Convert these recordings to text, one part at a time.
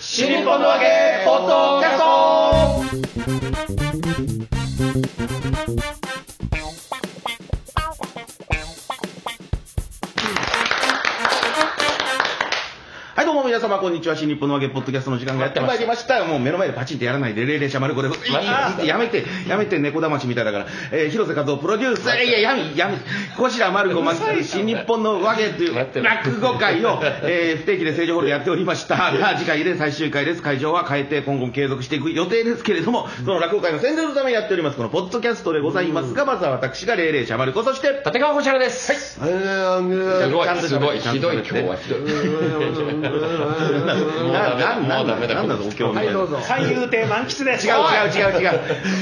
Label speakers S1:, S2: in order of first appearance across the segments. S1: 新日本の揚げポッドキャストはい、どうも皆様、こんにちは。新日本の揚げポッドキャストの時間がやってまいりました。もう目の前でパチンってやらないで、レイレイシャマルコでございます。やめて、やめて、猫だましみたいだから。えー広瀬和夫プロデュース、いや、やめ、やめ、小白マルコ巻き取り新日本の和芸という落語会を、えー不定期で正常ホールでやっておりました。が次回で最終回です。会場は変えて、今後も継続していく予定ですけれども、その落語会の宣伝のためにやっております、このポッドキャストでございますが、まずは私がレイレイシャマルコ、そして、
S2: 立川こちらです。
S3: えー
S2: すご
S1: ちゃん
S2: い、
S1: と
S2: すごい、
S1: ちゃんと
S2: ひどい、今日はひどい。もうダメだ、
S1: な
S2: も
S1: ん
S2: うダメだ。
S1: なんだ
S2: こ
S1: ぞ今
S2: の、
S1: 日
S3: はいどうぞ
S4: 三遊亭満喫です。
S1: 違う違う違う違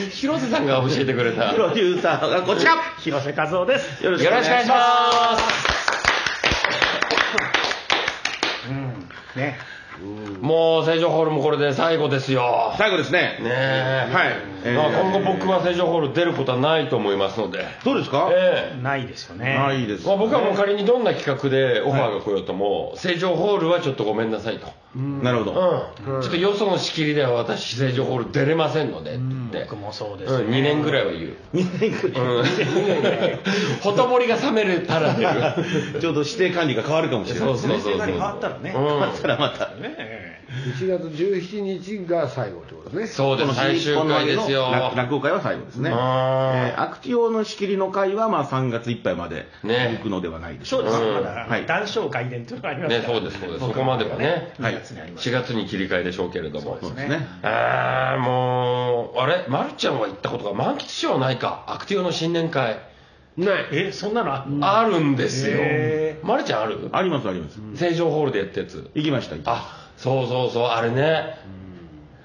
S1: う。
S2: 広瀬さんが教えてくれた。
S1: プ
S2: よ
S1: ロデューサーがこちら
S4: 広瀬和夫です。
S1: よ
S2: ろしくお願いします。
S3: ね
S2: もう、成城ホールもこれで最後ですよ。
S1: 最後ですね。
S2: ねえ。
S1: はいえー
S2: まあ今後僕は成城ホール出ることはないと思いますので。
S1: どうですか
S2: ええ。
S4: ないですよね。
S1: ああ、いいです。
S2: まあ、
S1: あ
S2: 僕はもう仮にどんな企画でオファーが来ようとも、成城ホールはちょっとごめんなさいと。
S1: なるほど。
S2: うん、ちょっとよその仕切りでは私成城ホール出れませんのでって
S4: 僕もそうです、
S2: うん、2年ぐらいは言う うん、ほとぼりが冷めるたら出る
S1: ちょうど指定管理が変わるかもしれない。
S2: そう そうそうそう
S4: 何変わったらね。
S2: うん
S1: そしたらまた。
S3: 1月17日が最後ってことですね
S2: そうです最終回ですよ
S1: この日本の落語会は最後ですね。え
S2: うん
S1: ーアクティオの仕切りの会はまあ3月いっぱいまで
S2: ね
S1: 行くのではないでしょ
S4: そう
S1: うか。
S4: です、
S2: うん
S4: まだ、
S1: はい
S4: 談笑外伝というのがあります
S2: ね
S4: から
S2: そうですそうですそこまではね、
S1: はい
S4: 二月にあります
S2: 4月に切り替えでしょうけれども
S1: そうですね。
S2: あーもうあれまるちゃんは行ったことが満喫しようないかアクティオの新年会
S3: ない
S4: え、そんなのあった
S2: あるんですよ
S4: へ
S2: まるちゃんある
S1: ありますあります。
S2: 成城ホールでやったやつ
S1: 行きました、行きまし
S2: あそうそうそうあれね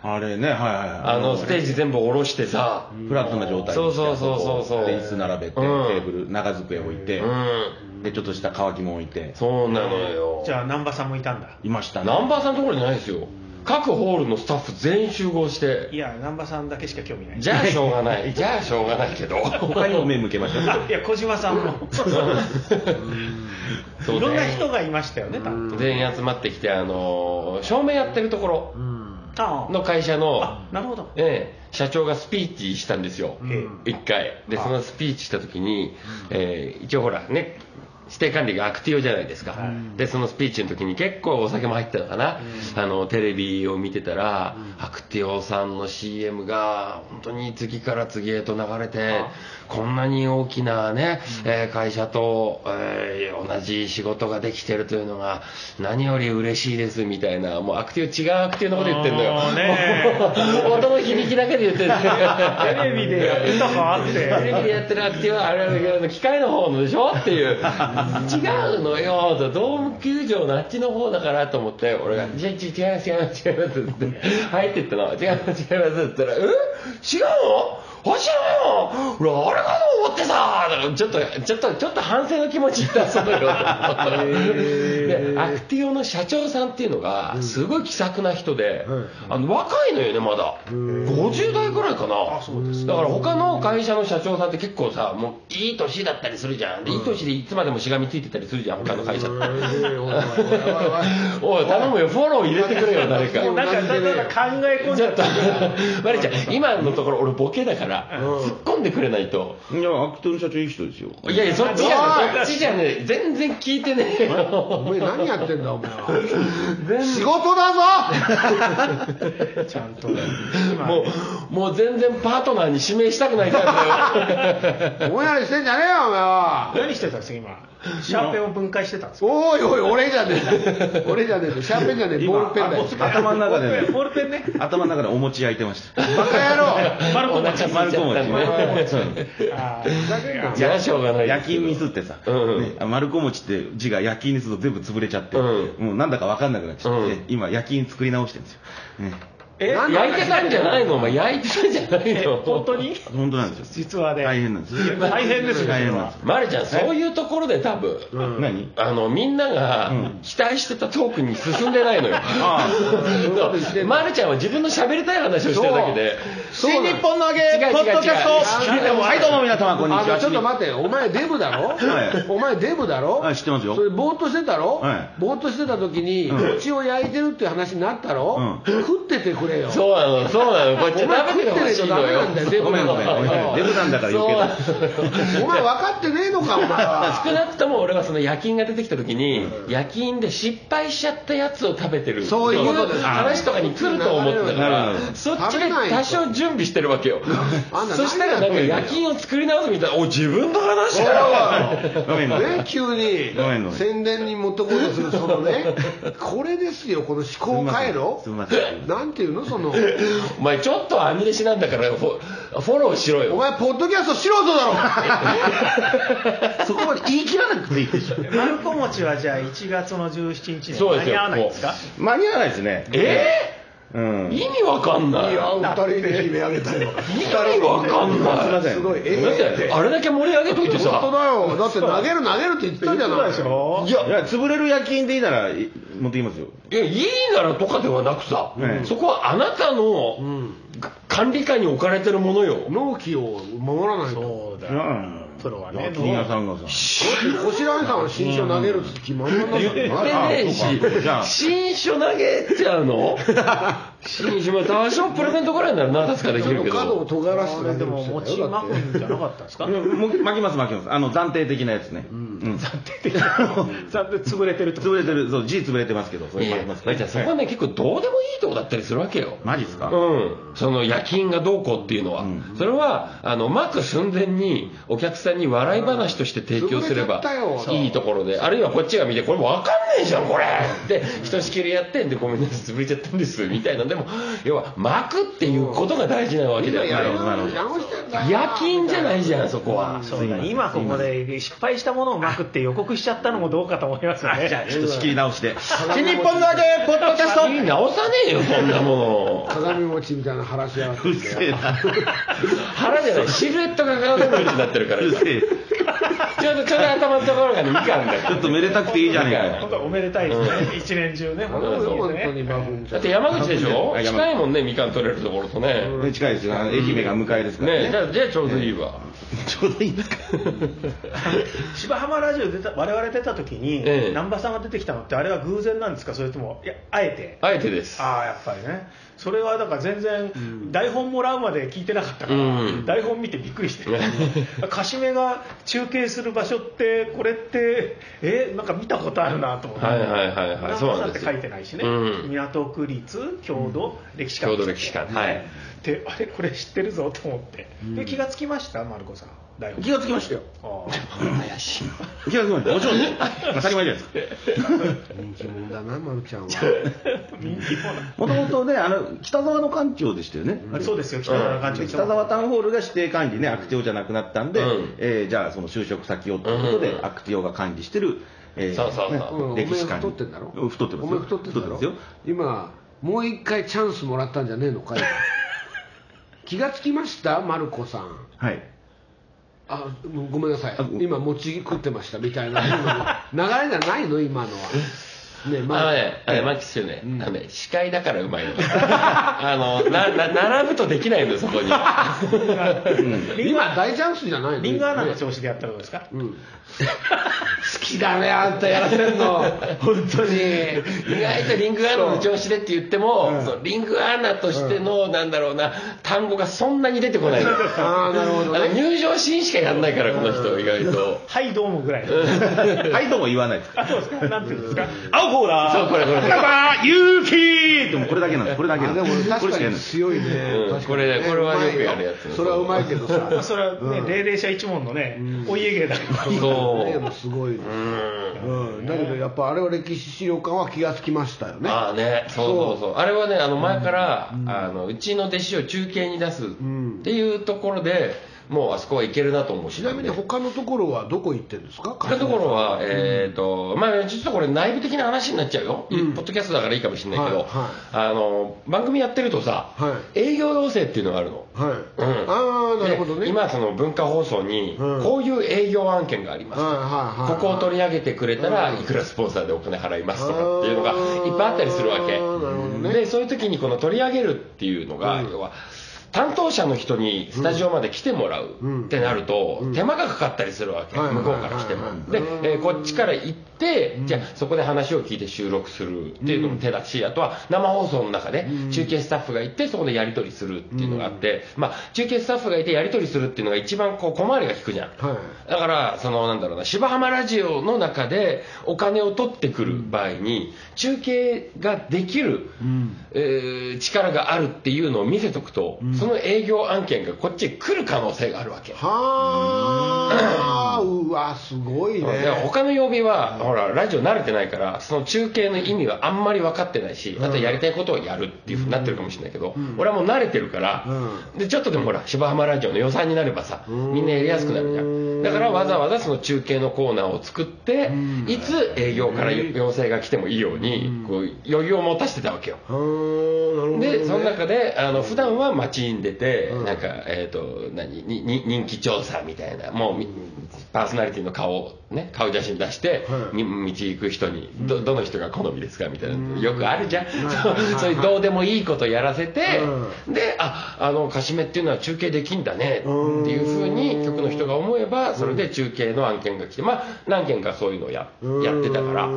S1: たあれね、はいはいはい。
S2: あのステージ全部下ろしてさ、
S1: フラットな状態にして
S2: そうそうそうそうそう
S1: で椅子並べて、テ
S2: うん
S1: ーブル、長机置いて
S2: う、ん、
S1: で、ちょっとした乾きも置いて、
S2: そうなのよ
S4: じゃあ、南波さんもいたんだ。
S1: いましたね。
S2: 南波さんのところじゃないですよ各ホールのスタッフ全員集合して
S4: いや、南波さんだけしか興味ない。
S2: じゃあしょうがない じゃあしょうがないけど
S1: 他にも目向けました。
S4: いや、小島さんも。
S2: そうね
S4: いろんな人がいましたよね、多分。
S2: 全員集まってきてあのー照明やってるとこ
S4: あ
S2: ろの会社の
S4: あ、、なるほど。
S2: ええ社長がスピーチしたんですよ
S4: え
S2: 一回でそのスピーチした時に、えー一応ほらね指定管理がアクティオじゃないですか、でそのスピーチの時に結構お酒も入ってたのかな、あのテレビを見てたら、アクティオさんの CM が本当に次から次へと流れて、こんなに大きなね、えー会社と、えー同じ仕事ができてるというのが何より嬉しいですみたいなもうアクティオ違うアクティオのこと言ってんのよ
S4: あーね
S2: 音の響きだけで言ってる
S4: テレビでやってたかって
S2: テレビでやってるアクティブはあれだけど機械の方のでしょっていう違うのよとドーム球場のあっちの方だからと思って俺が「違う違う違います違います違います」って入ってったの「違う違います」って言ったら「え違うのあ知らないの俺あれかと思ってさ」だからちょっとちょっとちょっと反省の気持ち出すのよでアクティオの社長さんっていうのがすごい気さくな人で、あの若いのよねまだ50代ぐらいかなだから他の会社の社長さんって結構さもういい年だったりするじゃんでいい年でいつまでもしがみついてたりするじゃん他の会社っておい頼むよフォロー入れてくれよ誰か
S4: なんか、だんだん考え込ん
S2: ち
S4: じ
S2: ょ
S4: ゃ
S2: っ
S4: っ
S2: と
S4: た。
S2: マリちゃん今のところ俺ボケだから突っ込んでくれないと
S1: いや、アクトの社長いい人ですよ。
S2: いやいやそっちじゃねえそっちじゃねえ全然聞いてねえ
S3: お
S2: よ
S3: 前何やってんだお前は仕事だぞ
S4: ちゃんと。
S2: もうもう全然パートナーに指名したくないタイプだよ
S3: お前らしてんじゃねえよお前は
S4: 何してたんですか、今。シャーペンを分解してたんですか
S3: おいおい俺じゃねえ俺じゃねえシャーペンじゃねえボールペンだよ
S1: 今頭の中で、
S4: ボールペンね。
S1: 頭の中でお餅焼いてました。
S3: バカ野
S4: マルコ
S2: お腹
S4: が
S2: 空いちゃ
S1: マル
S2: った
S1: コ
S2: んだ
S1: 餅
S2: ね
S1: ね。
S4: あーふざけんな
S2: じゃあしょうがない
S1: 夜勤ミスってさ、
S2: うん
S1: ね、マルコ餅って字が夜勤にすると全部潰れちゃって、
S2: う
S1: もうなんだか分かんなくなっちゃって、
S2: うん
S1: 今夜勤作り直してるんですよ、ね
S4: え
S3: なん
S2: 焼いてたんじゃないのお前焼いてたんじゃない
S4: え
S2: の
S4: 本当に
S1: 本当なんですよ。
S4: 実はね
S1: 大変なんですよ。
S4: 大変ですよ
S1: 大変なんです
S2: まるちゃんそういうところで多分
S1: よ。何
S2: あのみんなが期待してたトークに進んでないのよ、
S1: あ
S2: そうまるちゃんは自分の喋りたい話をしてるだけで
S1: 新日本の揚げ、ポッドキャストはい、どうも皆様、こんに
S3: あ
S1: ちは。
S3: のちょっと待って、お前デブだろ
S1: はい
S3: お前デブだろ
S1: はい知ってますよ
S3: それぼーっとしてたろ
S1: はい
S3: ぼーっとしてた時に、
S1: うん
S3: 口を焼いてるっていう話になったろ食っててくれよ。
S2: そうなのそうなのこっち
S3: お前
S2: は食べてほしいのよ
S3: 食ってねえとダメなんだ
S1: ごめんごめ
S3: よ
S1: ん、ごめん。デブなんだから余計だ。
S3: お前分かってねえのか、お前 は。
S2: 少なくとも俺はその夜勤が出てきた時に、夜勤で失敗しちゃったやつを食べてる
S3: そういうことです
S2: 話とかに来ると思ってたか
S1: なる
S2: ら
S1: ほど
S2: そっち
S3: 食べ
S2: で
S3: ないと
S2: 多少準備してるわけよ
S3: あんた
S2: そしたらなんか
S3: 何
S2: 夜
S3: やってんだよ
S2: 勤を作り直すみたいなお自分の話だ
S1: ごめんごめ
S3: ね
S1: ん。、
S3: 急に
S1: ごめんごめん
S3: 宣伝に持ってこうとするそのねこれですよこの思考回路
S1: すみません。
S3: なんていうのその
S2: お前ちょっとアミレシなんだからフォフォローしろ
S3: お
S2: よ
S3: 前ポッドキャスト素人だ
S1: そこまで言い切らなくていいでしょ。
S4: まるこ餅はじゃあ1月の17日に
S2: そう
S4: 間
S2: ですよ
S4: に合わないんですか
S1: 間に合わないですね。
S2: え
S1: うん。
S2: 意味わかんないい
S3: ろいや
S2: や
S3: 二人で決め上げたよ
S2: 意味わかん
S1: すみ
S2: な
S1: ま
S2: い
S1: せん。
S3: すごいえ
S2: だってあれだけ盛り上げといて
S3: 本当
S2: さ
S3: だよだって投げる投げるって言ってたじゃない
S4: でしょ
S1: いや、潰れる夜勤でいいならい持ってきますよ。
S2: いやいいならとかではなくさ、
S1: うん
S2: そこはあなたの管理下に置かれてるものよ、
S3: 納期を守らないと
S4: そうだ
S1: うん。
S4: プロはね
S1: 夜勤屋さんがさ。
S3: 星来さんは新書投げるって決まんなかっ
S2: 言
S3: た
S2: っ
S3: の
S2: てねえ
S1: あそうかじゃあ
S2: し新書投げちゃうの新書も多少プレゼントぐらいなら何つかできるけ
S3: 角を
S2: ど
S3: 尖らせて
S4: でも餅まくんじゃなかったんですか
S1: いやもう巻きます巻きます。あの、暫定的なやつね。うん。
S4: さて潰れてると
S1: 潰れてる、そう、G 潰れてますけど、そ
S2: い
S1: れ巻
S2: や
S1: きます
S2: じゃあそこはね結構どうでもいいとこだったりするわけよ
S1: マジっすか
S2: うん、その夜勤がどうこうっていうのは、
S1: ん
S2: それはあのまく寸前にお客さんに笑い話として提供すれば
S3: うん潰れちゃったよ
S2: いいところであるいはこっちが見てこれ分かんねえじゃんこれってひとしきりやってんでごめんなさい潰れちゃったんですみたいなでも要はまくっていうことが大事なわけ
S3: 今
S2: だ
S3: や
S2: よ
S3: る
S2: ね
S1: なるほど
S3: 直してんだよ
S2: 夜勤じゃないじゃんそこは
S4: そうだ今ここで失敗したものをまくって予告しちゃったのもどうかと思いますよね
S1: ちょっと仕切り直して。新日本の揚げ、ポッドキャスト
S2: いい直さねえよそんなもの
S3: 鏡餅みたいな話しやが って
S1: うっせえな。
S2: 腹じゃないシルエットが鏡餅になってる から
S1: うっ
S2: 今
S1: せえ。
S2: ちょうどちょうど頭のところがねみかんだ
S1: ちょっとめでたくていいじゃねえか
S2: だ
S1: よ
S4: 本。当おめでたいですね一年中ね本
S2: そう
S4: 当
S3: 本
S4: に
S3: 当に
S4: ね
S3: バフンじ
S2: だ
S3: ゃ
S2: って山口でしょ
S1: あ山口
S2: 近いもんねみかん取れるところとね
S1: ね近いですよ。あの愛媛が迎えですから
S2: ねじ
S1: ね。
S2: ゃあじゃあちょうどいいわ
S1: ちょうどいいんですか
S4: 芝浜ラジオ出た我々出た時に
S2: ええ
S4: 南波さんが出てきたのってあれは偶然なんですかそれともいやあえて
S2: あえてです
S4: ああやっぱりねそれはだから全然台本もらうまで聞いてなかったから、
S2: うん
S4: 台本見てびっくりして カシメが中継する場所ってこれってえなんか見たことあるなと思って、
S2: はいはいはいはいそう
S4: な
S2: なんん
S4: っ
S2: で
S4: て
S2: す
S4: 書
S2: よ
S4: いてないしね、
S2: うん
S4: 港区立郷土歴史館
S2: 郷土歴史館はい
S4: であれこれ知ってるぞと思って、で気がつきましたマルコさん台本
S1: 気がつきましたよ。
S4: あ
S2: 怪しい
S1: 気がつきました。もちろんです。当たり前じゃないですか。
S3: 人気者だなまるちゃんは
S4: ー人気者だ
S1: もともとね、あの、北沢の館長でしたよね。
S4: そうですよ北沢館長
S1: で北沢タウンホールが指定管理ね、悪長じゃなくなったんで、
S2: うん
S1: えーじゃあその就職先をということで、悪長が管理してる、えー
S2: そうそうそう
S3: うんお前
S1: 歴史館
S3: 太ってんだろ
S1: うん太ってます
S3: お
S1: よ
S3: 前太ってんだ
S1: 太って
S3: ろ
S1: ますよ
S3: 今もう一回チャンスもらったんじゃねえのかよ気がつきましたマルコさん
S1: はい。
S3: あもうごめんなさい
S1: あご
S3: 今餅食ってましたみたいな今の流れじゃないの今のはね
S2: あ
S3: え
S2: の
S3: まあ
S2: ね、あれ、マキシュね、あのね、司会だからうまいの。 あの、な、な、並ぶとできないのよ、そこに。
S3: 今大チャンスじゃないの
S4: リンゴアナの
S3: ね
S4: 調子でやったらどうですか
S3: うん、好きだねあんたやらせんの本当に
S2: 意外とリングアナの調子でって言っても、そのリングアナとしての、なんだろうな、単語がそんなに出てこないの。
S3: ああなるほ ど
S2: あの
S3: ね
S2: 入場シーンしかやんないから、この人、意外と。
S4: はいどうもぐらいの
S1: はい、とも言わないです。
S4: あそうですかなんていうんですか
S1: 青コーラ
S2: そうこれこれこれ
S1: ば勇気でもこれだけなんです。これだけな
S3: あ
S1: ん
S3: で
S1: で
S3: も
S1: す。こ
S3: 確
S1: れしか
S3: か
S1: やんな
S3: に
S1: いです。
S3: 強いね、
S2: うん
S3: 確かにね
S2: これこれはよくやるやつ
S3: うまいよそれはうまいけ ど
S4: あ
S3: さ
S4: それはね、霊々者一門のね、お家芸だから
S3: ね
S2: そ
S3: もうすごいね
S2: う。うん。
S3: うん、だけどやっぱあれは歴史資料館は気がつきましたよね
S2: ああね、そうそうそう。あれはね、あの前から、あのうちの弟子を中継に出すっていうところで、もうあそこは行けるなと思う
S3: ちなみに他のところはどこ行ってんですか
S2: 他のところは、えっ、と、まあちょっとこれ内部的な話になっちゃうよ。ポッドキャストだからいいかもしれないけど、
S3: はいは
S2: あの、番組やってるとさ、
S3: は
S2: 営業要請っていうのがあるの。
S3: はい、
S2: うん
S3: ああなるほどね
S2: で今その文化放送に、
S3: うん
S2: こういう営業案件があります。
S3: はいはいはい
S2: ここを取り上げてくれた
S3: う
S2: ら
S3: ん
S2: いくらスポンサーでお金払いますとかっていうのがいっぱいあったりするわけ
S3: あーなるほどね
S2: でそういう時にこの取り上げるっていうのが、要は担当者の人にスタジオまで来てもらう
S3: うん
S2: ってなると、手間がかかったりするわけ、
S3: はいはい
S2: 向こうからしても、
S3: はいはい
S2: で、えーこっちから行って、じゃあそこで話を聞いて収録するっていうのも手だし、あとは生放送の中で中継スタッフがいてそこでやり取りするっていうのがあって、まあ、中継スタッフがいてやり取りするっていうのが一番こう小回りが利くじゃん、
S3: はい
S2: だから、そのなんだろうな、芝浜ラジオの中でお金を取ってくる場合に、中継ができる、えー力があるっていうのを見せとくと、その営業案件がこっちへ来る可能性があるわけ。
S3: はあうわすごい
S2: で
S3: ね
S2: 他の曜日は、ほら、ラジオ慣れてないから、その中継の意味はあんまり分かってないし、あとやりたいことをやるっていうふうになってるかもしれないけど、俺はもう慣れてるから、で、ちょっとでもほら、芝浜ラジオの予算になればさ、みんなやりやすくなるじゃん。だからわざわざその中継のコーナーを作って、いつ営業から要請が来てもいいように、こう、余裕を持たせてたわけよ。
S3: うーんなるほどね
S2: でその中であの普段は街に出て、なんかえっ、と何にに人気調査みたいなもうみパーソナリティの顔をね顔写真出して、に道行く人にどどの人が好みですかみたいな、よくあるじゃん、そうそういうどうでもいいことやらせて、でああのカシメっていうのは中継できんだねっていうふうに局の人が思えばそれで中継の案件が来てまあ何件かそういうのをややってたからあ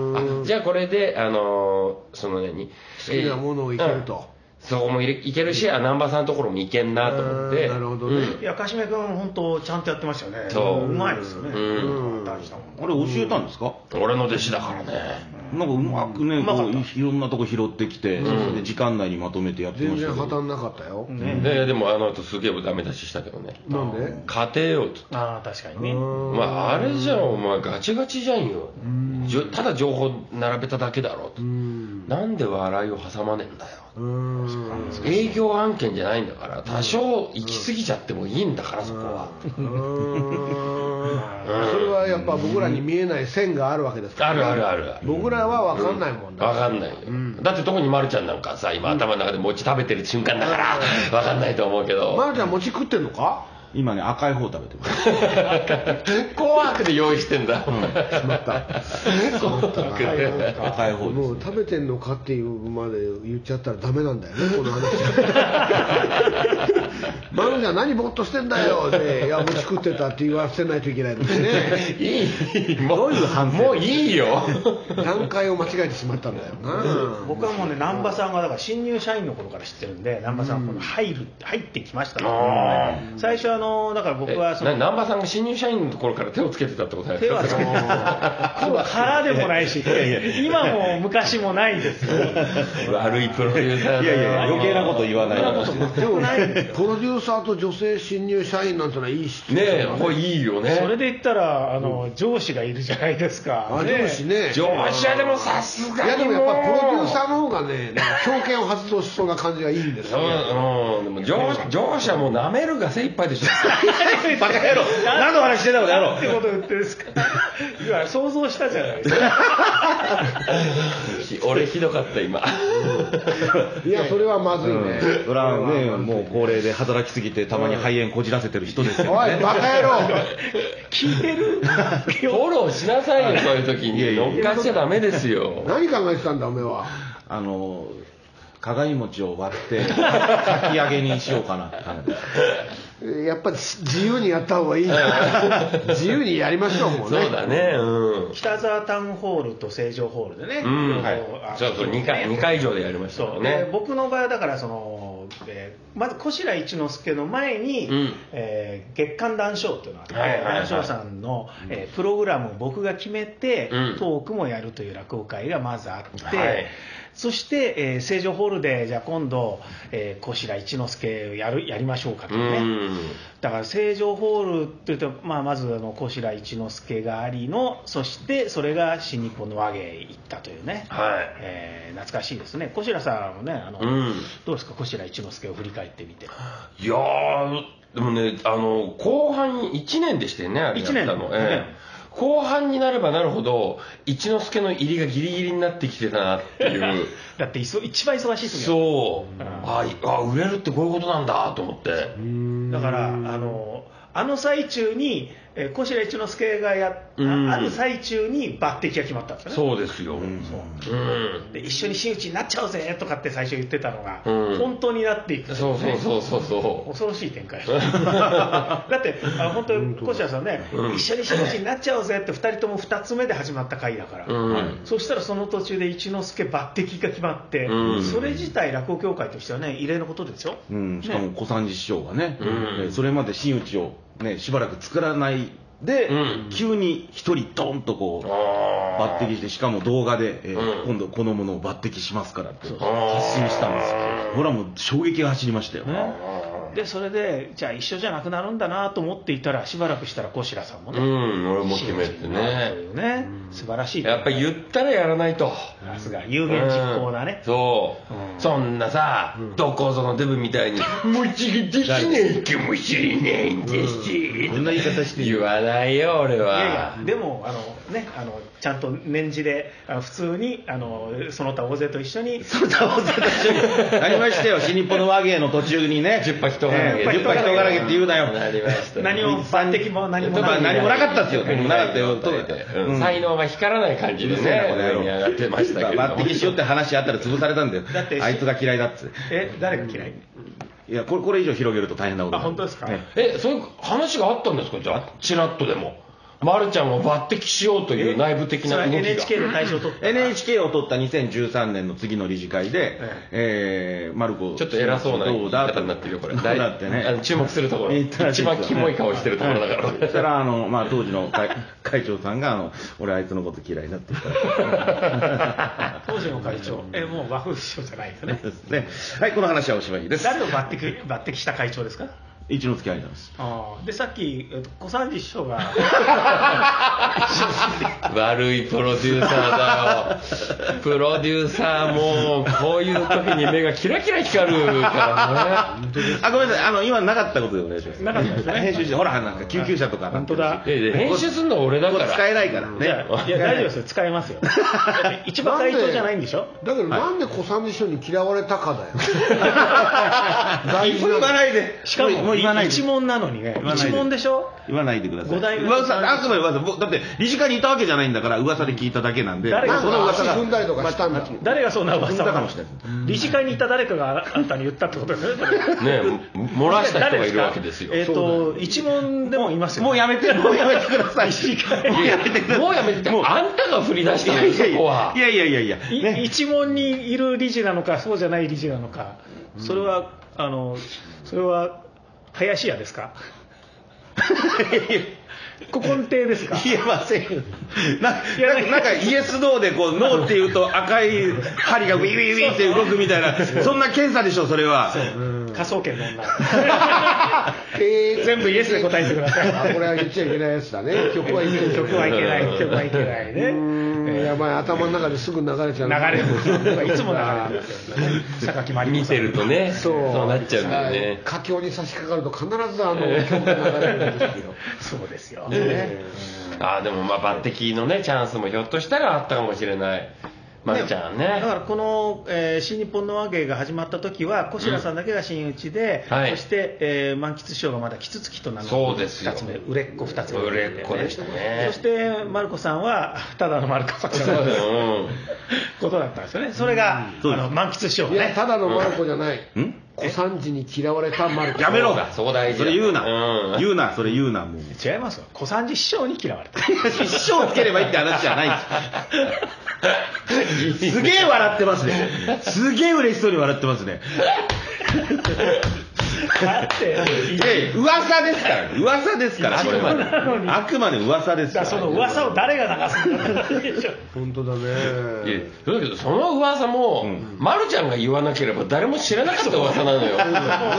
S2: じゃあこれであのその何好
S3: 好きなものをいけると、
S2: そこもいれいけるし、あ南波さんのところもいけんなと思って、
S3: うんなるほどね
S2: うん
S4: いや、かしめ君、本当、ちゃんとやってましたよね。
S2: そう
S4: まいですよね。
S2: う
S4: 大事だもんね
S1: あれ教えたんですか、
S2: 俺の弟子だからね、
S1: なんかうまくね、
S4: うまか
S1: こ
S4: っ
S1: う
S4: た
S1: いいろんなとこ拾ってきて、で時間内にまとめてやってまし
S3: 全
S1: た
S3: 然
S1: けど。
S3: 破綻なかったよ、
S2: ででもあの後すげえダメ出ししたけどね、
S3: なんで
S2: 家庭よつって、
S4: ああ、確かにね。
S2: まあ、あれじゃん、お前、ガチガチじゃんよ、じょただ情報並べただけだろと、なんで笑いを挟まねえんだよ、
S3: うーん
S2: 営業案件じゃないんだから、多少行き過ぎちゃってもいいんだから、そこは。
S3: それはやっぱ僕らに見えない線があるわけですか
S2: あ
S3: ら、
S2: るあるあるある。
S3: 僕らは分かんないもんだ、
S2: わかんないよ、だって特にまるちゃんなんかさ今頭の中で餅食べてる瞬間だからわかんないと思うけど、
S3: まるちゃん餅食ってんのか
S1: 今ね、赤い方食べてます。
S2: 紅白で用意してんだ、紅白で
S1: 赤い方です。
S3: もう食べてんのかっていうまで言っちゃったらダメなんだよねこの話まるちゃん何ぼーっとしてんだよでいや餅食ってたって言わせないといけないのにね
S2: いいもう
S1: どういう反省
S2: もういいよ
S3: 段階を間違えてしまったんだよな、
S4: 僕はもうね、南波さんがだから新入社員の頃から知ってるんで、南波さん、この入る入ってきましたね
S2: あ
S4: 最初、あのだから僕はそ
S2: な
S4: の
S2: 南波さんが新入社員のところから手をつけてたってことだよ
S4: 手はつけて、今は腹でもないし、今も昔もないですよ。
S2: 悪いプロデューサーだない
S1: やいや、余計なこと言わないでほしい
S3: でもプロデューサーと女性新入社員なんてのはいいし
S2: ねえこれいいよね
S4: それで言ったらあの上司がいるじゃないですか。
S3: あ上司ね
S2: 上司はでもさす
S3: い
S2: が
S3: やで
S2: にも
S3: も
S2: う
S3: やっぱプロデューサーの方がねなんか強権を発動しそうな感じがいいんですよ
S2: うん、うん、でも上上司はもう舐めるが精一杯でしょ
S1: バカ野郎何の話してたことやろ
S4: ってこと言ってるんですか。 今想像したじゃないですか。
S2: ひ 俺ひどかった今
S3: いやそれはまずいね、
S1: それはね、もう高齢で働きすぎて、たまに肺炎こじらせてる人ですよ。
S3: おいバカ野郎
S4: 聞いてる。
S2: フォローしなさいよそういう時
S1: いや
S2: に
S1: いや
S2: 乗っかっちゃダメですよ
S3: 何考えてたんだおめえは
S1: あの、鏡餅を割って、かき揚げにしようかなって考えてます
S3: えーやっぱり自由にやった方がいいな自由にやりましょうもう
S2: そう
S3: ね
S2: だねうん
S4: 北沢タウンホールと成城ホールでね。
S2: うん、
S4: 両方
S2: はい
S4: あ、
S2: そうそう、2回、二回以上でやりましたか
S4: そ
S2: ら
S4: うね
S2: ね、。
S4: 僕の場合はだからその、えーまず小白一之輔の前に、
S2: うん
S4: えー月刊談笑っていうのがあって、
S2: はいはいはい
S4: 談笑さんの、えープログラムを僕が決めて、
S2: うん
S4: トークもやるという落語会がまずあって、
S2: はい
S4: そして、えー、成城ホールでじゃあ今度、えー、小白一之輔をやるやりましょうかと
S2: う
S4: かね、
S2: ん
S4: だから成城ホールというと、まあ、まずあの小白一之輔がありのそしてそれが新日本の和芸行ったというね、
S2: はい
S4: えー懐かしいですね小白さんもねあの、
S2: うん
S4: どうですか小白一之輔を振り返ってみて
S2: いやーでもねあの後半に1年でしたよねあれやった
S4: 一
S2: の
S4: 年、
S2: ええ後半になればなるほど一之輔の入りがギリギリになってきてたなっていう
S4: だっていそ一番忙しい時
S2: そ
S4: よ
S2: うああ売れるってこういうことなんだと思って
S4: だからあのあの最中に、えー小白一之輔がやっ
S2: うん
S4: あある最中に抜擢が決まったんですよね
S2: そうですよ、うん
S4: で一緒に真打ちになっちゃおうぜとかって最初言ってたのが、
S2: うん
S4: 本当になっていく
S2: そうそうそうそうそ
S4: 恐ろしい展 開だってあの本当に小白さんね、
S2: うん
S4: 一緒に真打ちになっちゃおうぜって2人とも2つ目で始まった回だから、
S2: う、うん
S4: そしたらその途中で一之輔抜擢が決まって、
S2: うん
S4: それ自体落語協会としてはね異例のことですよ、
S1: うん、しかも小三治師匠がね、
S2: うん
S1: えーそれまで真打ちを、ね、しばらく作らないで、
S2: うん
S1: 急に一人ドンとこう抜
S2: あー
S1: 擢してしかも動画で、えー
S2: うん
S1: 今度このものを抜擢しますからって発
S2: あー
S1: 信したんですよほらもう衝撃が走りましたよ、
S4: ねでそれでじゃあ一緒じゃなくなるんだなと思っていたらしばらくしたら小白さんも
S2: う
S4: ね、
S2: ん俺も決めてね
S4: ね素晴らしい
S2: やっぱり言ったらやらないと
S4: さすが有言実行だね、
S2: うんそう、そんなさ、どこぞのデブみたいに「もちができないかもしれないんですし」
S1: こんな言い方して
S2: 言わないよ俺はい
S4: やいや、でも、あのね、あのちゃんと年次で、あの普通にあのその他大勢と一緒に、その他大勢と一緒に、
S1: なりましたよ新日本の和芸の途中にね
S2: 10匹とがらげ
S1: えー10羽人がらげって言うなよ
S2: なりました
S4: 何も抜擢も何も
S1: まあ
S4: ない
S1: 何もなかったですよ
S2: うん
S1: なかったよ
S2: うん才能が光らない感じでね
S1: うるせえなこの野郎
S2: 上に上がってましたけれども
S1: 抜擢しようって話あったら潰されたんだよ
S4: だって
S1: あいつが嫌いだっつって
S4: え誰が嫌い、
S1: いやこれこれ以上広げると大変なこと
S4: あ本当ですか、
S1: え
S2: えそういう話があったんですかじゃあチラッとでも、ま、るちゃんを抜擢しようという内部的
S4: それ
S2: な動きが
S4: は NHK で大賞取った、
S1: NHK を取った2013年の次の理事会で、えー、マルコ
S2: ちょっと偉そうな言い方になってるよこれ
S1: どうだって
S2: あの
S1: ね
S2: 注目するところ
S1: 言ったらしい
S2: 一
S1: ですよ
S2: 番キモい顔してるところだから
S1: そしたらあの、まあ、当時の会 会長さんがあの「俺あいつのこと嫌いだ」って言った
S4: 当時の会長、えもう和風師匠じゃないですね
S1: ん、ですねはいこの話はおしまいです
S4: 誰を抜擢抜擢した会長ですか
S1: 一之輔愛なんです
S4: あーでさっき、えっと、小三治師匠が、
S2: 悪いプロデューサーだよプロデューサーもこういう時に目がキラキラ光るからね
S1: あごめんなさいあの今なかったことでお願いします
S4: なかったですね
S1: 編集してほらなんか救急車とか
S4: 本当だ
S1: こ
S2: いやいや編集するの俺だか
S1: こ使
S2: ら
S1: え ないからね
S4: いや、いや大丈 夫ですよ、使えますよ、だって一番会長じゃないんでしょ、
S3: だけどなんで小三治師匠に嫌われたかだよ大事
S1: 言わ
S3: な
S1: ないで
S4: しかも
S1: う言わないで
S4: 一問なのにね、
S1: 言わない
S4: 一
S1: で
S4: 問でしょ。
S1: 言わないでください
S4: 五代目
S1: 噂あくまで噂僕だって理事会にいたわけじゃないんだから噂で聞いただけなんで
S4: 誰が
S1: その
S3: 足
S1: 噂が
S3: 踏んだりとかしたんだ
S4: 誰がそんな
S1: 踏
S4: 噂
S1: んだ
S4: を
S1: かもしれない
S4: 理事会にいた誰かがあんたに言ったってことですよねこれ
S2: ね漏らした人がいるわけですよ
S4: えっ、と一問でもいますよ、
S1: もうやめてもうやめてください
S4: 理事会
S1: もうやめてください
S2: もうやめてくださいあんたが振り出したんそこはい
S1: やいやいやいや
S4: い
S1: ね
S4: 一問にいる理事なのかそうじゃない理事なのかそれはあのそれは林家ですか古今亭ですか
S1: 言えませんよなない
S4: や
S1: なんかイエスノーでこうノーって言うと赤い針がウィウィウィって動くみたいなそんな検査でしょそれは
S4: 科捜研の女
S3: えー
S4: 全部イエスで答えてください
S3: あこれは言っちゃいけないやつだね曲は言ってる
S4: 曲はいけない曲はいけないうね
S3: ーんやばい頭の中ですぐ流れちゃう
S4: 流れるいつも流れてますよね榊マリコ
S2: 見
S4: さん
S2: てるとねそうなっちゃうんだよね
S3: 佳境に差し掛かると必ずあの曲が流れるんですよ
S4: そうですよ、
S2: あーでもまあ抜擢のねチャンスもひょっとしたらあったかもしれないまるちゃんね
S4: だからこの、えー新日本の和芸が始まった時は小白さんだけが真打ちで、
S2: うんはい
S4: そして、えー満喫師匠がまだキツツキと名乗
S2: そ
S4: っ
S2: う
S4: て
S2: ですよ
S4: 2つ目売れっ子2つ目
S2: 売れっ子でしたね
S4: そして丸子さんはただの丸子さんという
S2: う
S4: ことだったんですよねそれが、
S1: そう
S4: あ
S1: です
S4: の満喫師匠
S3: い
S4: が
S3: や
S4: ね
S3: ただのマルコじゃない
S1: ん
S3: 小三治に嫌われたマルコ
S1: やめろ
S2: そこ大事
S1: そ
S2: だ
S1: れ言うな、
S2: うん
S1: 言うなそれ言うなもう
S4: 違いますよ小三治師匠に嫌われた
S1: 一生つければいいって話じゃないんですすげえ笑ってますねすげえ嬉しそうに笑ってますね
S4: だって、
S1: いやいや噂ですから、噂ですから、これはあくまで噂ですか
S4: だ
S1: ら。
S4: その噂を誰が流すんだって話でしょ。
S3: 本当だね
S2: いやそうだけどその噂も、まるちゃんが言わなければ誰も知らなかった噂なのよ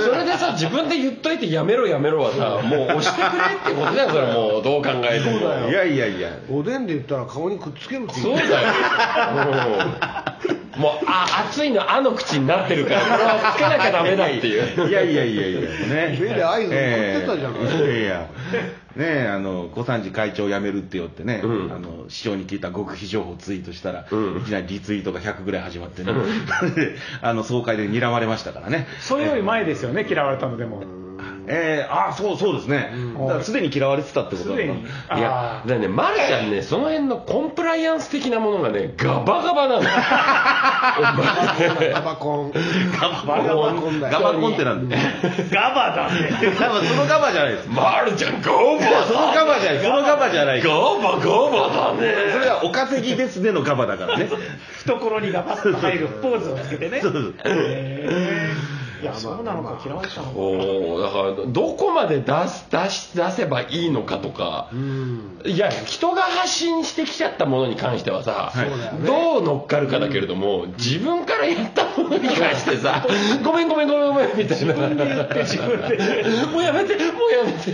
S2: それでさ自分で言っといてやめろやめろはさもう押してくれってことだよそれもうどう考えてもそう
S1: いやいやいや、
S3: おでんで言ったら顔にくっつけるって
S2: そうだよ、うんもうあ熱いの「あ」の口になってるからこれはつけなきゃダメだって いう
S1: いやいやいやいや、ね。
S3: 目で合図送ってたじゃない
S1: ええい やいや。ねえ、あの、小三治会長辞めるってよってね、あの、市長に聞いた極秘情報ツイートしたら、いきなりリツイートが100ぐらい始まってね、 あの、総会で睨まれましたからね。
S4: それより前ですよね、嫌われたのでも。
S1: ええああ、そうそうですね。だからすでに嫌われてたってこと
S4: す
S1: だ
S4: で
S1: な
S4: に。
S2: いやだからねまるちゃんねその辺のコンプライアンス的なものがねガバ ガバなの
S3: タバコン
S1: ガバコン、ガバコンってなんで。
S4: ガバだ ね。
S1: 多分そのガバじゃないです。
S2: まるちゃんガバ
S1: そのガバじゃない、そのガバじゃない。
S2: ガバガバだね
S1: それはお稼ぎですねのガバだからね。
S4: 懐にガバッと入るポーズをつけてね。へーいや、そうなのか、嫌われてたのか。
S2: おーだからどこまで出す出し出せばいいのかとか、いや人が発信してきちゃったものに関してはさ、どう乗っかるかだけれども、自分からやったものに関してさ「ごめんごめんごめんごめん」みたいな
S4: 自分で
S2: もうやめてもうやめて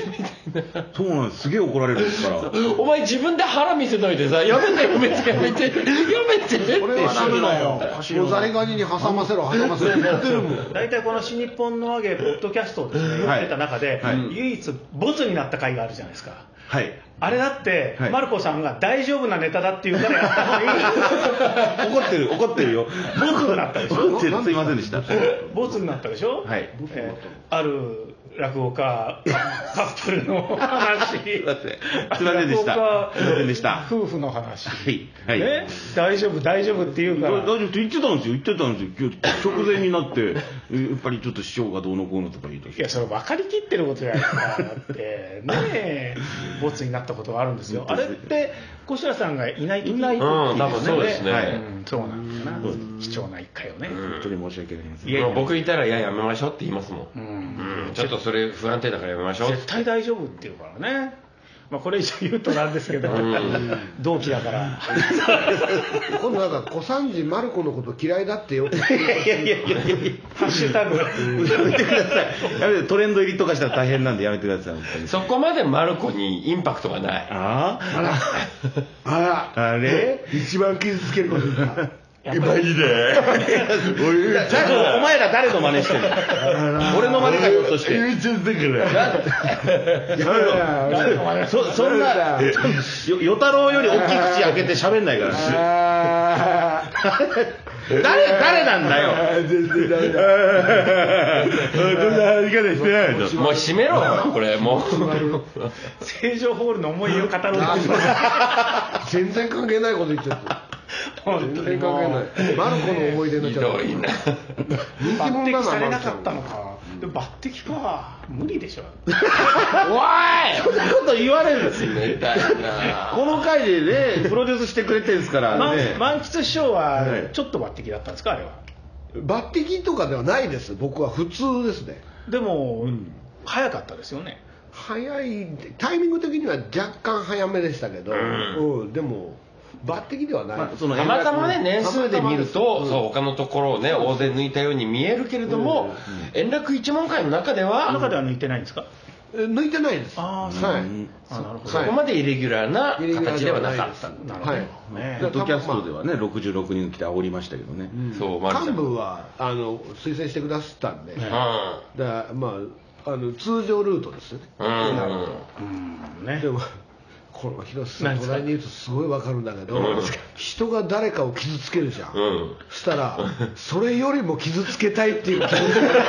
S2: みたいな
S1: そうなんです。すげえ怒られるんですから。
S2: お前自分で腹見せといてさ「やめてやめてやめてやめて」って
S3: 俺はダメだよもうザリガニに挟ませろ挟ませろ言ってるもん
S4: 大体この新日本の話芸ポッドキャストをですね、
S1: はい
S4: やってた中で、
S1: はい
S4: 唯一ボツになった回があるじゃないですか。
S1: はい。
S4: あれだって、
S1: はい
S4: マルコさんが大丈夫なネタだって言うからやった 方がいい。
S1: 怒ってる、怒ってるよ。
S4: ボツになったでしょ
S1: 怒ってる、すいませんでした。は
S4: ボツになったでしょ、
S1: い。
S4: えーある落語家カップルの話すい
S1: ませんすいませんでしたすいませんでした
S4: 夫婦の話、
S1: はい。はい。
S4: ね、大丈夫大丈夫って言うか
S1: 大
S4: ら
S1: 丈夫って言ってたんですよ、言ってたんですよ、今日直前になって、えやっぱりちょっと師匠がどうのこうのとか言うと、
S4: いやそれ分かりきってることじゃないですかだって ねえボツになったことがあるんですよあれって小白さんがいない時いない
S2: 時うん多分そうですね
S1: は
S4: う
S1: い、
S4: ん、そうなんだよな貴重な一回をね、
S1: 本当に申し訳ありません。
S4: いやいや
S2: 僕いたら「いややめましょう」って言いますもん、
S4: うん
S2: うんちょっとそれ不安定だからやめましょう
S4: 絶対大丈夫っていうからね、まあ、これ以上言うとなんですけど、同期だ から、
S3: 今度なんか小三治マルコのこと嫌いだってよ
S4: ハッシュタグ、
S1: やめてください、やめて、トレンド入りとかしたら大変なんで、やめてください、本当に。
S2: そこまでマルコにインパクトがない
S1: あ
S3: あらあら
S1: あれ
S3: 一番傷つけること言った
S2: 今いいで
S1: だ誰のお前ら誰の真似してるの俺の真似かよとして。
S2: ちゃんだから
S1: そそんな、よ与太郎より大きい口開けて喋んないから。誰、誰なんだよ。そんな話し方してないでしょ。
S2: もう閉めろよこれもう
S4: 成城ホールの思いを語ろうとして
S3: 全然関係ないこと言っちゃった
S4: 本当
S3: 全
S4: に
S3: 然関係
S4: もう
S3: ないマルコの思い出になっ
S2: ひ
S3: ちゃっ
S2: ど
S3: た
S2: いな
S3: 人
S4: 抜
S3: 気者
S4: 擢さ
S3: だ
S4: れ
S3: な
S4: なかったのか、でも抜擢か、無理でしょ、
S1: そんなこと言われるんですよ。
S2: 冷たいな
S1: この回でね、プロデュースしてくれてるんですから
S4: 満
S1: ね。
S4: 満喫師匠
S1: はい
S4: はちょっと抜擢だったんですか、あれは。
S3: 抜擢とかではないです僕は普通ですね
S4: でも、早かったですよね、
S3: 早いタイミング的には若干早めでしたけど、うん、でも抜擢ではない、
S1: まあその
S2: たまたまね年数で見ると
S3: うん
S2: そう他のところをね大勢抜いたように見えるけれども円楽一門会の中で
S4: あの
S2: は
S4: 中では抜いてないんですか、
S3: え抜いてないです
S4: あー
S3: はい
S4: あなるほど、
S2: そこまでイレギュラーな
S3: イレギュラー
S2: 形ではなかった
S3: では
S4: な
S3: な
S4: る
S3: い
S4: ほどね
S3: ですはい
S1: ドキャストではね、66人来て煽りましたけどね。
S2: そうマルちゃ
S3: 幹
S2: んうん
S3: 部はあの推薦してくださったんで、だからまああの通常ルートですよね、
S2: うん
S4: うんね
S3: でもこの広瀬さん隣にいるとすごいわかるんだけど人が誰かを傷つけるじゃん、
S2: うん
S3: そしたらそれよりも傷つけたいっていう気持ち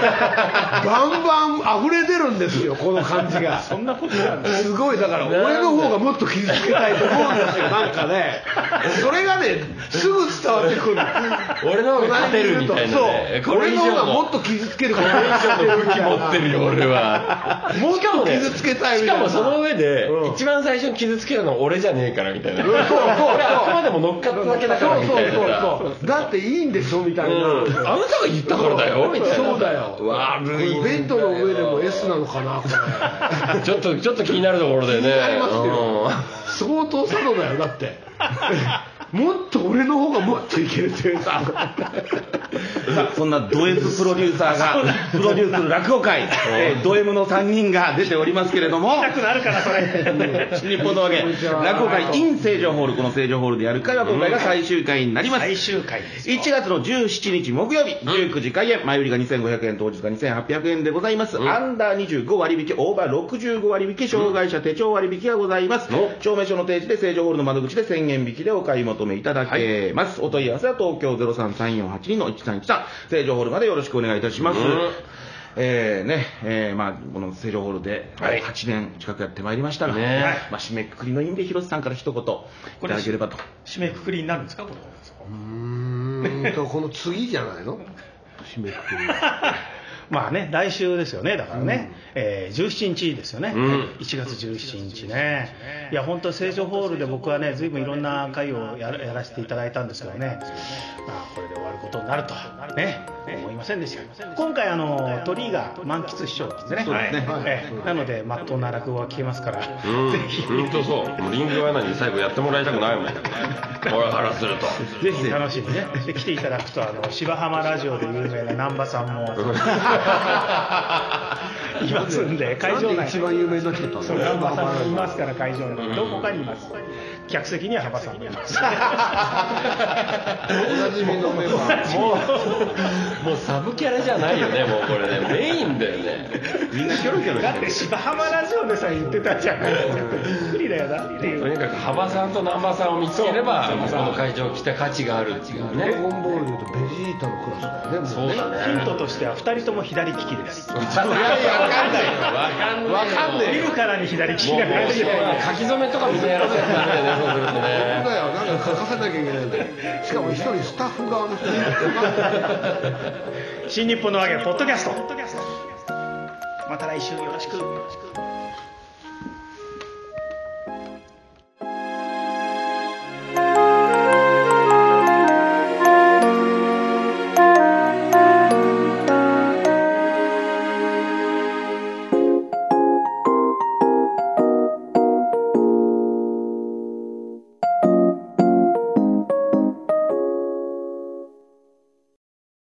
S3: がバンバン溢れ出るんですよこの感じが
S4: そんなことなんです
S3: すごいだから俺の方がもっと傷つけたいと思うんですよなんかねそれがねすぐ伝わってくる
S2: 俺の方が勝てるみたいなね
S3: そう
S2: これ
S3: 俺
S2: 以
S3: の
S2: 上
S3: 方がも
S2: の
S3: っと傷つけるこれ
S2: 武器持ってるよ俺は
S3: もっ
S2: しかも
S3: と
S2: ね
S3: 傷つけたい
S2: し
S3: みた
S2: か
S3: いな
S2: もその上で
S3: うん
S2: 一番最初に傷傷つけるの俺じゃねえからみたいな。
S3: そうそうそう
S2: 俺あくまでも乗っかっただけだからみたいな。
S3: そうそうそうだっていいんでしょみたいな、
S2: うんあなたが言ったからだよみたいな。
S3: そうだよ
S2: 悪い。
S3: ベッドの上でも S なのかなこれ
S2: ちょっとちょっと気になるところでね。
S3: になります
S2: う
S3: よ
S2: ん
S3: 相当佐渡だよだって もっと俺の方がもっといけるというさ
S1: さあそんなド S プロデューサーがプロデュースする落語会、えード M の3人が出ておりますけれども
S4: 痛くなるからそれ
S1: 日本のわけ落語会 in 成城ホールこの成城ホールでやる会は今回が最終回になります
S4: 最終回ですよ
S1: 1月の17日木曜日19時開演前売りが2500円当日が2800円でございます、アンダー25割引オーバー65割引障害者手帳割引がございます、
S2: うん
S1: 証明書の提示で成城ホールの窓口で1000円引きでお買い求めいただけます、お問い合わせは東京033482の1313成城ホールまでよろしくお願いいたします、
S2: うん
S1: えーねえーまあ、この成城ホールで
S2: はい
S1: 8年近くやってまいりましたが、
S2: ねえ
S1: はいまあ、締めくくりの意味で広瀬さんから一言いただければと
S4: 締めくくりになるんですかこれ
S3: うーんとこの次じゃないの締めくくりは
S4: まあね来週ですよねだからね、えー17日ですよね、
S2: うん
S4: 1月17日ねいや本当成城ホールで僕はねずいぶんいろんな会をやらやらせていただいたんですけどね、まあ、これで終わることになるとね思いませんでした今回あの鳥が満喫師匠なんでね
S1: そうですね
S4: はいえーなのでまっとうな落語が聞けますから、
S2: うん
S4: ぜひ
S2: 本当そう。もうリングアナに最後やってもらいたくないもん。俺からすると。
S1: ぜひぜひ
S4: 楽しみねで来ていただくとあの芝浜ラジオで有名な難波さんもいますんで会
S3: なん
S4: 場
S3: で
S4: 内
S3: 一番有名になっちゃったの
S4: そう難波さんもいますから会場内どこかにいます客席には幅さんもいます
S3: おなじみのメンバー
S2: もう、 もうサブキャラじゃないよね、もうこれね。メインだよね。
S1: みんなキョロキョロ
S4: だって芝浜ラジオでさえ言ってたじゃん無理だよなってい
S2: と
S4: う
S2: にかく幅さんと南波さんを見つければ、この会場来た価値があるっていう
S3: ドラ
S2: ね。
S3: ゴンボールでいうとベジータのクラスだよねも
S2: そうだね。
S4: ヒントとしては2人とも左利きです
S2: いやいや、わかんないよ。わかんないよ。わかん
S4: 見るからに左利き
S2: もう、も
S4: だ
S2: う
S4: から
S2: 書き初めとかみんなやらせてダメだよね、そうすると
S3: そ
S2: ね。
S3: うだよなんか書かせなきゃいけないんだよしかも一人スタッフ側の人に
S4: 新日本のわけポッドキャストまた来週よろしく